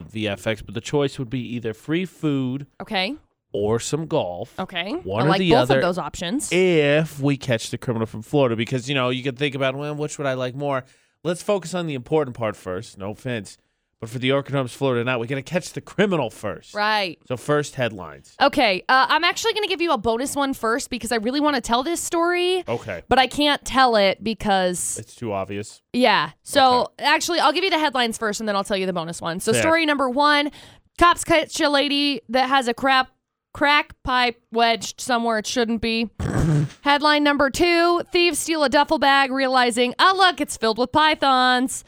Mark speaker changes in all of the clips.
Speaker 1: from VFX, but the choice would be either free food
Speaker 2: Okay.
Speaker 1: or some golf.
Speaker 2: Okay.
Speaker 1: One
Speaker 2: I
Speaker 1: or
Speaker 2: like
Speaker 1: the
Speaker 2: both
Speaker 1: other.
Speaker 2: of those options.
Speaker 1: If we catch the criminal from Florida, because you know you could think about well, which would I like more? Let's focus on the important part first. No offense, but for the Orkinoms Florida night, we got to catch the criminal first.
Speaker 2: right.
Speaker 1: So first headlines.
Speaker 2: Okay. Uh, I'm actually going to give you a bonus one first because I really want to tell this story,
Speaker 1: Okay,
Speaker 2: but I can't tell it because,
Speaker 1: it's too obvious.
Speaker 2: yeah. So actually, I'll give you the headlines first and then I'll tell you the bonus one. So,
Speaker 1: Fair.
Speaker 2: story number one cops catch a lady that has a crap. Crack pipe wedged somewhere it shouldn't be. Headline number two Thieves steal a duffel bag, realizing, oh, look, it's filled with pythons.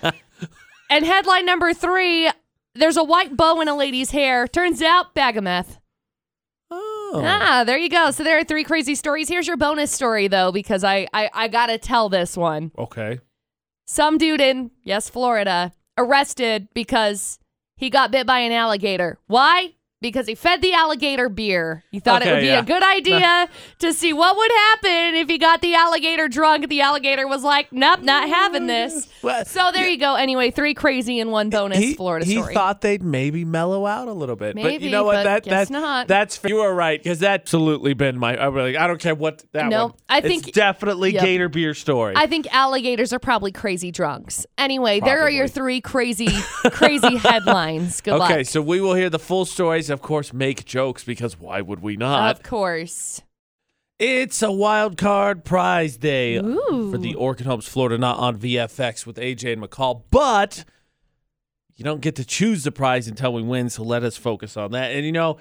Speaker 2: and headline number three There's a white bow in a lady's hair. Turns out, bag of meth.
Speaker 1: Oh,
Speaker 2: Ah, there you go. So there are three crazy stories. Here's your bonus story though, because I I, I gotta tell this one.
Speaker 1: okay.
Speaker 2: Some dude in yes, Florida, arrested because he got bit by an alligator. Why? Because he fed the alligator beer. He thought it
Speaker 1: Okay,
Speaker 2: would be
Speaker 1: yeah.
Speaker 2: a good idea to see what would happen if he got the alligator drunk. The alligator was like, "Nope, not having this."
Speaker 1: Well,
Speaker 2: So there you go. Anyway, three crazy and one bonus
Speaker 1: he,
Speaker 2: Florida
Speaker 1: he
Speaker 2: story.
Speaker 1: thought they'd maybe mellow out a little bit, but
Speaker 2: Maybe,
Speaker 1: you know what?
Speaker 2: but
Speaker 1: that
Speaker 2: guess
Speaker 1: that's
Speaker 2: not.
Speaker 1: That's fair. you were right because that's absolutely been my. I really, I don't care what that.
Speaker 2: No,
Speaker 1: one.
Speaker 2: I
Speaker 1: It's
Speaker 2: think-
Speaker 1: definitely
Speaker 2: yep.
Speaker 1: Gator beer story.
Speaker 2: I think alligators are probably crazy drunks. Anyway, there are your three crazy, crazy headlines. Good
Speaker 1: okay,
Speaker 2: luck.
Speaker 1: so we will hear the full stories. Of course, make jokes because why would we not?
Speaker 2: Of course.
Speaker 1: It's a wild card prize day
Speaker 2: Ooh.
Speaker 1: for the Orchid Homes Florida not on VFX with AJ and McCall, but you don't get to choose the prize until we win, so let us focus on that. And you know,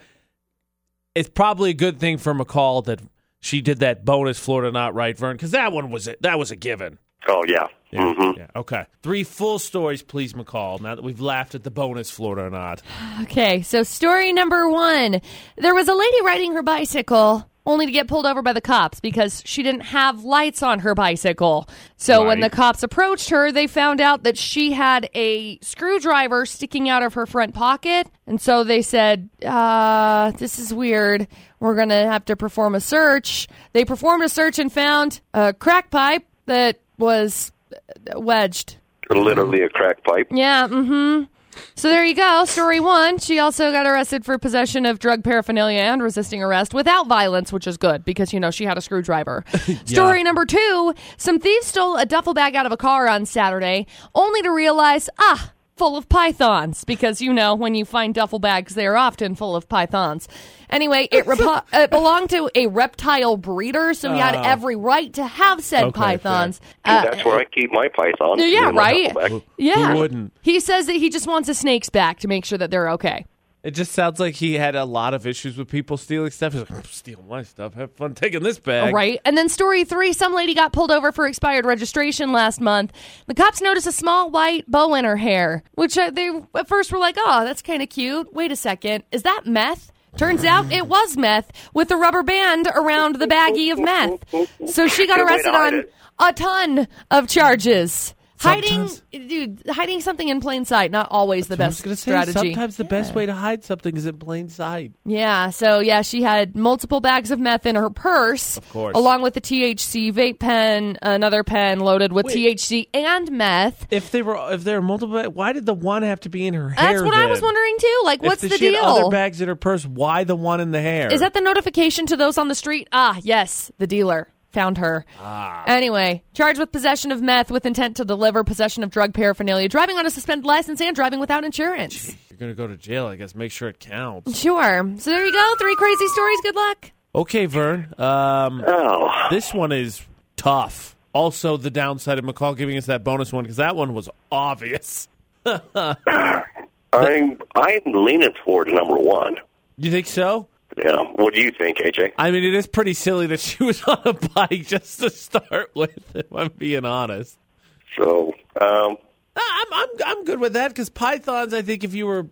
Speaker 1: it's probably a good thing for McCall that she did that bonus Florida not right, Vern, because that one was it. That was a given.
Speaker 3: Oh yeah.
Speaker 1: Yeah,
Speaker 3: hmm
Speaker 1: yeah. Okay. Three full stories, please, McCall. Now that we've laughed at the bonus Florida or not.
Speaker 2: Okay, so story number one there was a lady riding her bicycle only to get pulled over by the cops because she didn't have lights on her bicycle. So when the
Speaker 1: Right.
Speaker 2: cops approached her, they found out that she had a screwdriver sticking out of her front pocket. And so they said, uh, This is weird. We're going to have to perform a search. They performed a search and found a crack pipe that was uh, wedged
Speaker 3: Literally a crack pipe.
Speaker 2: yeah, mm-hmm. So there you go. Story one. She also got arrested for possession of drug paraphernalia and resisting arrest without violence, which is good because you know she had a screwdriver. Story number two. Some thieves stole a duffel bag out of a car on Saturday, only to realize, ah, full of pythons. Because you know, when you find duffel bags, they are often full of pythons. Anyway, it, repo- it belonged to a reptile breeder, so he had
Speaker 1: Oh.
Speaker 2: every right to have said
Speaker 1: Okay, fair.
Speaker 2: pythons. Uh,
Speaker 3: That's where I keep my python.
Speaker 2: Yeah,
Speaker 3: in my
Speaker 2: right.
Speaker 3: Hasselback.
Speaker 2: Yeah.
Speaker 1: Who wouldn't?
Speaker 2: He says that he just wants the snakes back to make sure that they're okay.
Speaker 1: It just sounds like he had a lot of issues with people stealing stuff. He's like, "I'm stealing my stuff. Have fun taking this bag.
Speaker 2: Right. And then story three some lady got pulled over for expired registration last month. The cops noticed a small white bow in her hair, which uh, they at first were like, oh, that's kind of cute. Wait a second. Is that meth? Turns out it was meth with a rubber band around the baggie of meth. So she got
Speaker 3: Good way to
Speaker 2: arrested
Speaker 3: hide
Speaker 2: on
Speaker 3: it.
Speaker 2: a ton of charges.
Speaker 1: Sometimes-
Speaker 2: Hiding, dude, hiding something in plain sight, not always the
Speaker 1: I
Speaker 2: best
Speaker 1: was gonna say,
Speaker 2: strategy.
Speaker 1: Sometimes the best way to hide something is in plain sight.
Speaker 2: Yeah, so yeah, she had multiple bags of meth in her purse, of
Speaker 1: course.
Speaker 2: along with the THC vape pen, another pen loaded with THC and meth.
Speaker 1: If they were, if there are multiple, why did the one have to be in her hair?
Speaker 2: That's what I was
Speaker 1: then?
Speaker 2: wondering too. Like, what's
Speaker 1: if
Speaker 2: the
Speaker 1: she had other
Speaker 2: deal?
Speaker 1: bags in her purse, why the one in the hair?
Speaker 2: Is that the notification to those on the street? Ah, yes, the dealer found her.
Speaker 1: Ah.
Speaker 2: Anyway, charged with possession of meth with intent to deliver, possession of drug paraphernalia, driving on a suspended license, and driving without insurance.
Speaker 1: you're gonna go to jail? I guess. Make sure it counts.
Speaker 2: Sure. So there you go. Three crazy stories. Good luck.
Speaker 1: Okay, Vern. Um,
Speaker 3: Oh,
Speaker 1: this one is tough. Also, the downside of McCall giving us that bonus one because that one was obvious.
Speaker 3: I'm I'm leaning toward number one.
Speaker 1: You think so?
Speaker 3: Yeah. What do you think, AJ?
Speaker 1: I mean, it is pretty silly that she was on a bike just to start with. If I'm being honest,
Speaker 3: So, um,
Speaker 1: I- Uh, I'm I'm I'm good with that because pythons. I think if you were,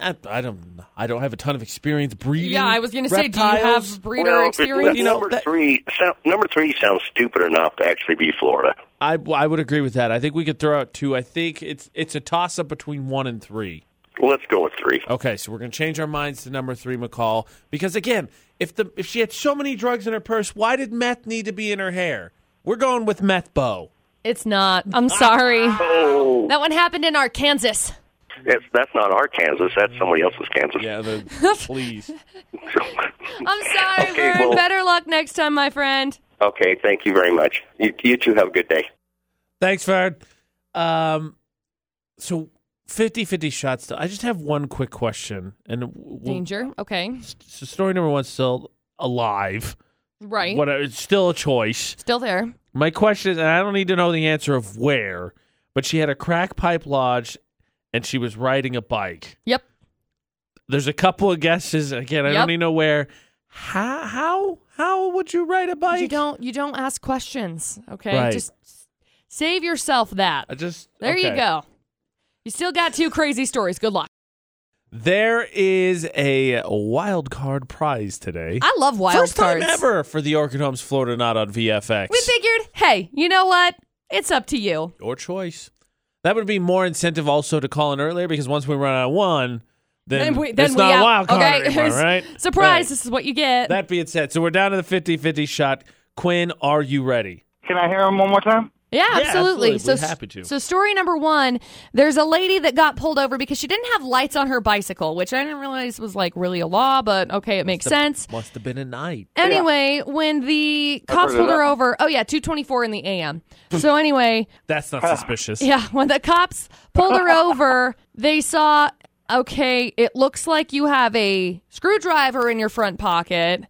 Speaker 1: I, I don't I don't have a ton of experience breeding.
Speaker 2: Yeah, I was going to say, do you
Speaker 1: reptiles.
Speaker 2: have breeder
Speaker 3: well,
Speaker 2: experience?
Speaker 1: You know,
Speaker 3: number
Speaker 1: that-
Speaker 3: three, so, number three sounds stupid enough to actually be Florida.
Speaker 1: I I would agree with that. I think we could throw out two. I think it's it's a toss up between one and three.
Speaker 3: Let's go with three.
Speaker 1: Okay, so we're gonna change our minds to number three, McCall, because again, if the if she had so many drugs in her purse, why did meth need to be in her hair? We're going with meth bow.
Speaker 2: It's not. I'm sorry.
Speaker 3: Oh,
Speaker 2: That one happened in Arkansas.
Speaker 3: That's, that's not our Kansas. That's somebody else's Kansas.
Speaker 1: Yeah, the, please.
Speaker 2: I'm sorry,
Speaker 3: Okay,
Speaker 2: Vern.
Speaker 3: well-
Speaker 2: Better luck next time, my friend.
Speaker 3: okay, thank you very much. You, you two have a good day.
Speaker 1: Thanks, Vern. Um, so 50 50 shots. I just have one quick question. And we'll-
Speaker 2: Danger. Okay.
Speaker 1: so story number one's still alive.
Speaker 2: Right.
Speaker 1: What? uh, It's still a choice.
Speaker 2: Still there.
Speaker 1: My question, and I don't need to know the answer of where, but she had a crack pipe lodge, and she was riding a bike.
Speaker 2: Yep.
Speaker 1: There's a couple of guesses. Again, I
Speaker 2: Yep.
Speaker 1: don't even know where. How how how would you ride a bike?
Speaker 2: You don't you don't ask questions, okay?
Speaker 1: Right.
Speaker 2: Just save yourself that.
Speaker 1: I just
Speaker 2: There you
Speaker 1: okay.
Speaker 2: go. You still got two crazy stories. Good luck.
Speaker 1: There is a wild card prize today.
Speaker 2: I love wild
Speaker 1: First
Speaker 2: cards.
Speaker 1: time ever for the Orchid Homes Florida Not on VFX.
Speaker 2: We figured, hey, you know what? It's up to you.
Speaker 1: Your choice. That would be more incentive also to call in earlier because once we run out of one, then,
Speaker 2: Then we- then
Speaker 1: it's
Speaker 2: we
Speaker 1: not
Speaker 2: out.
Speaker 1: a wild card
Speaker 2: Okay.
Speaker 1: anymore, right?
Speaker 2: Surprise,
Speaker 1: Right.
Speaker 2: this is what you get.
Speaker 1: That being said, so we're down to the 50 50 shot. Quinn, are you ready?
Speaker 4: Can I hear him one more time?
Speaker 2: Yeah,
Speaker 1: Yeah,
Speaker 2: absolutely.
Speaker 1: absolutely.
Speaker 2: So,
Speaker 1: We're happy to.
Speaker 2: So, story number one: there's a lady that got pulled over because she didn't have lights on her bicycle, which I didn't realize was like really a law, but okay, it makes sense.
Speaker 1: Must have been a night.
Speaker 2: Anyway, when the cops
Speaker 4: heard of
Speaker 2: pulled her
Speaker 4: that.
Speaker 2: over, oh yeah, two twenty four in the a.m. so anyway,
Speaker 1: That's not suspicious.
Speaker 2: yeah, when the cops pulled her over, they saw, okay, it looks like you have a screwdriver in your front pocket.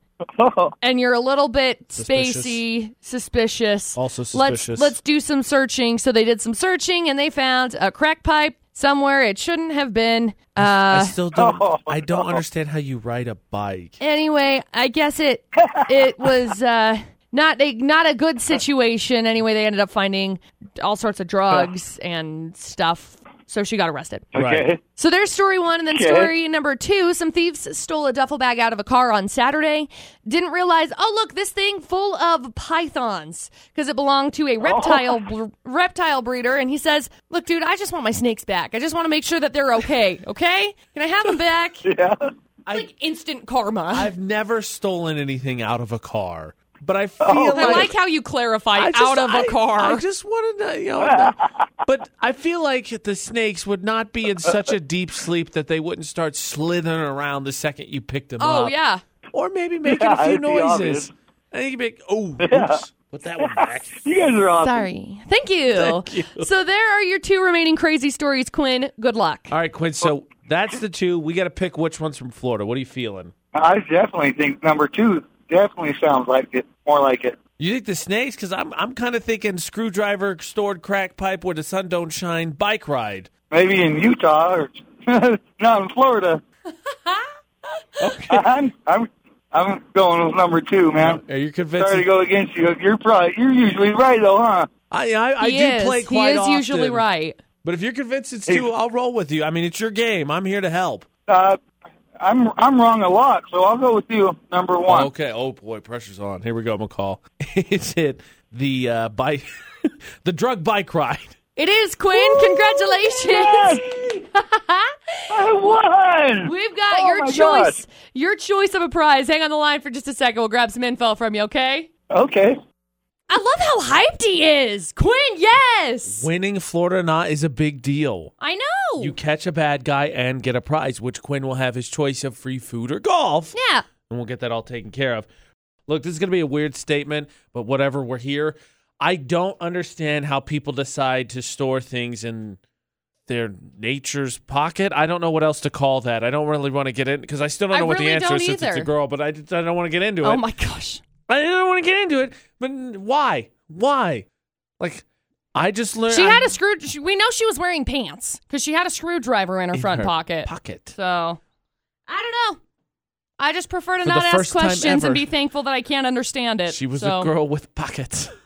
Speaker 2: And you're a little bit
Speaker 1: Suspicious.
Speaker 2: spacey, suspicious.
Speaker 1: Also
Speaker 2: Let's
Speaker 1: suspicious.
Speaker 2: let's do some searching. So they did some searching and they found a crack pipe somewhere it shouldn't have been.
Speaker 1: I
Speaker 2: Uh,
Speaker 1: still don't.
Speaker 4: Oh,
Speaker 1: I don't
Speaker 4: no.
Speaker 1: understand how you ride a bike.
Speaker 2: anyway, I guess it it was uh, not a not a good situation. Anyway, they ended up finding all sorts of drugs and stuff. So she got arrested.
Speaker 1: Right.
Speaker 4: Okay.
Speaker 2: So there's story one, and then
Speaker 4: Okay.
Speaker 2: story number two. Some thieves stole a duffel bag out of a car on Saturday. Didn't realize, oh look, this thing full of pythons because it belonged
Speaker 4: Oh.
Speaker 2: to a reptile br- reptile breeder. And he says, "Look, dude, I just want my snakes back. I just want to make sure that they're okay. Okay, can I have them back?
Speaker 4: Yeah.
Speaker 2: like instant karma." I,
Speaker 1: I've never stolen anything out of a car, but
Speaker 2: Oh
Speaker 1: I feel
Speaker 2: like,
Speaker 1: like
Speaker 2: how you clarify
Speaker 1: I just-
Speaker 2: out of a
Speaker 1: I-
Speaker 2: car.
Speaker 1: I just wanted to, you know, but I feel like the snakes would not be in such a deep sleep that they wouldn't start slithering around the second you picked them up.
Speaker 2: oh yeah,
Speaker 1: or maybe making
Speaker 4: Yeah,
Speaker 1: a few
Speaker 4: it'd be
Speaker 1: noises.
Speaker 4: obvious.
Speaker 1: I think you'd be like, oh, oops, put that one back.
Speaker 4: You guys are awesome.
Speaker 2: sorry. Thank you.
Speaker 1: Thank you.
Speaker 2: So there are your two remaining crazy stories, Quinn. Good luck.
Speaker 1: All right, Quinn. So that's the two. We got to pick which one's from Florida. What are you feeling?
Speaker 4: I definitely think number two definitely sounds like it, more like it.
Speaker 1: You think the snakes? Because I'm I'm kind of thinking screwdriver, stored crack pipe where the sun don't shine, bike ride.
Speaker 4: Maybe in Utah or not in Florida. I'm, I'm, I'm going with number two, man.
Speaker 1: Are you convinced?
Speaker 4: Sorry to go against you. You're probably you're usually right though, huh?
Speaker 1: I I, I
Speaker 2: he
Speaker 1: do
Speaker 2: is.
Speaker 1: play quite
Speaker 2: he is
Speaker 1: often.
Speaker 2: usually right.
Speaker 1: But if you're convinced it's two, I'll roll with you. I mean, it's your game. I'm here to help.
Speaker 4: Uh, I'm I'm wrong a lot, so I'll go with you number one.
Speaker 1: Okay. Oh boy, pressure's on. Here we go, McCall. is it the uh, bike, the drug bike ride?
Speaker 2: It is Quinn. Congratulations.
Speaker 4: Yes, I won.
Speaker 2: We've got
Speaker 4: Oh
Speaker 2: your
Speaker 4: my
Speaker 2: choice. Your choice of a prize. Hang on the line for just a second. We'll grab some info from you, okay?
Speaker 4: Okay.
Speaker 2: I love how hyped he is. Quinn, yes.
Speaker 1: Winning Florida or not is a big deal.
Speaker 2: I know.
Speaker 1: You catch a bad guy and get a prize, which Quinn will have his choice of free food or golf,
Speaker 2: yeah.
Speaker 1: and we'll get that all taken care of. Look, this is going to be a weird statement, but whatever, we're here. I don't understand how people decide to store things in their nature's pocket. I don't know what else to call that. I don't really want to get in because I still don't
Speaker 2: I
Speaker 1: know what
Speaker 2: really
Speaker 1: the answer
Speaker 2: don't
Speaker 1: is since it's a
Speaker 2: either.
Speaker 1: girl, but I, I don't want to get into it.
Speaker 2: Oh my gosh.
Speaker 1: I don't want to get into it, but why? Why? Like, I just learned.
Speaker 2: She had
Speaker 1: I-
Speaker 2: a screw. She, we know she was wearing pants because she had a screwdriver in her
Speaker 1: in
Speaker 2: front
Speaker 1: her
Speaker 2: pocket.
Speaker 1: Pocket.
Speaker 2: so I don't know. I just prefer to
Speaker 1: For the
Speaker 2: not ask
Speaker 1: first time
Speaker 2: questions
Speaker 1: ever,
Speaker 2: and be thankful that I can't understand it.
Speaker 1: She was
Speaker 2: so.
Speaker 1: a girl with pockets.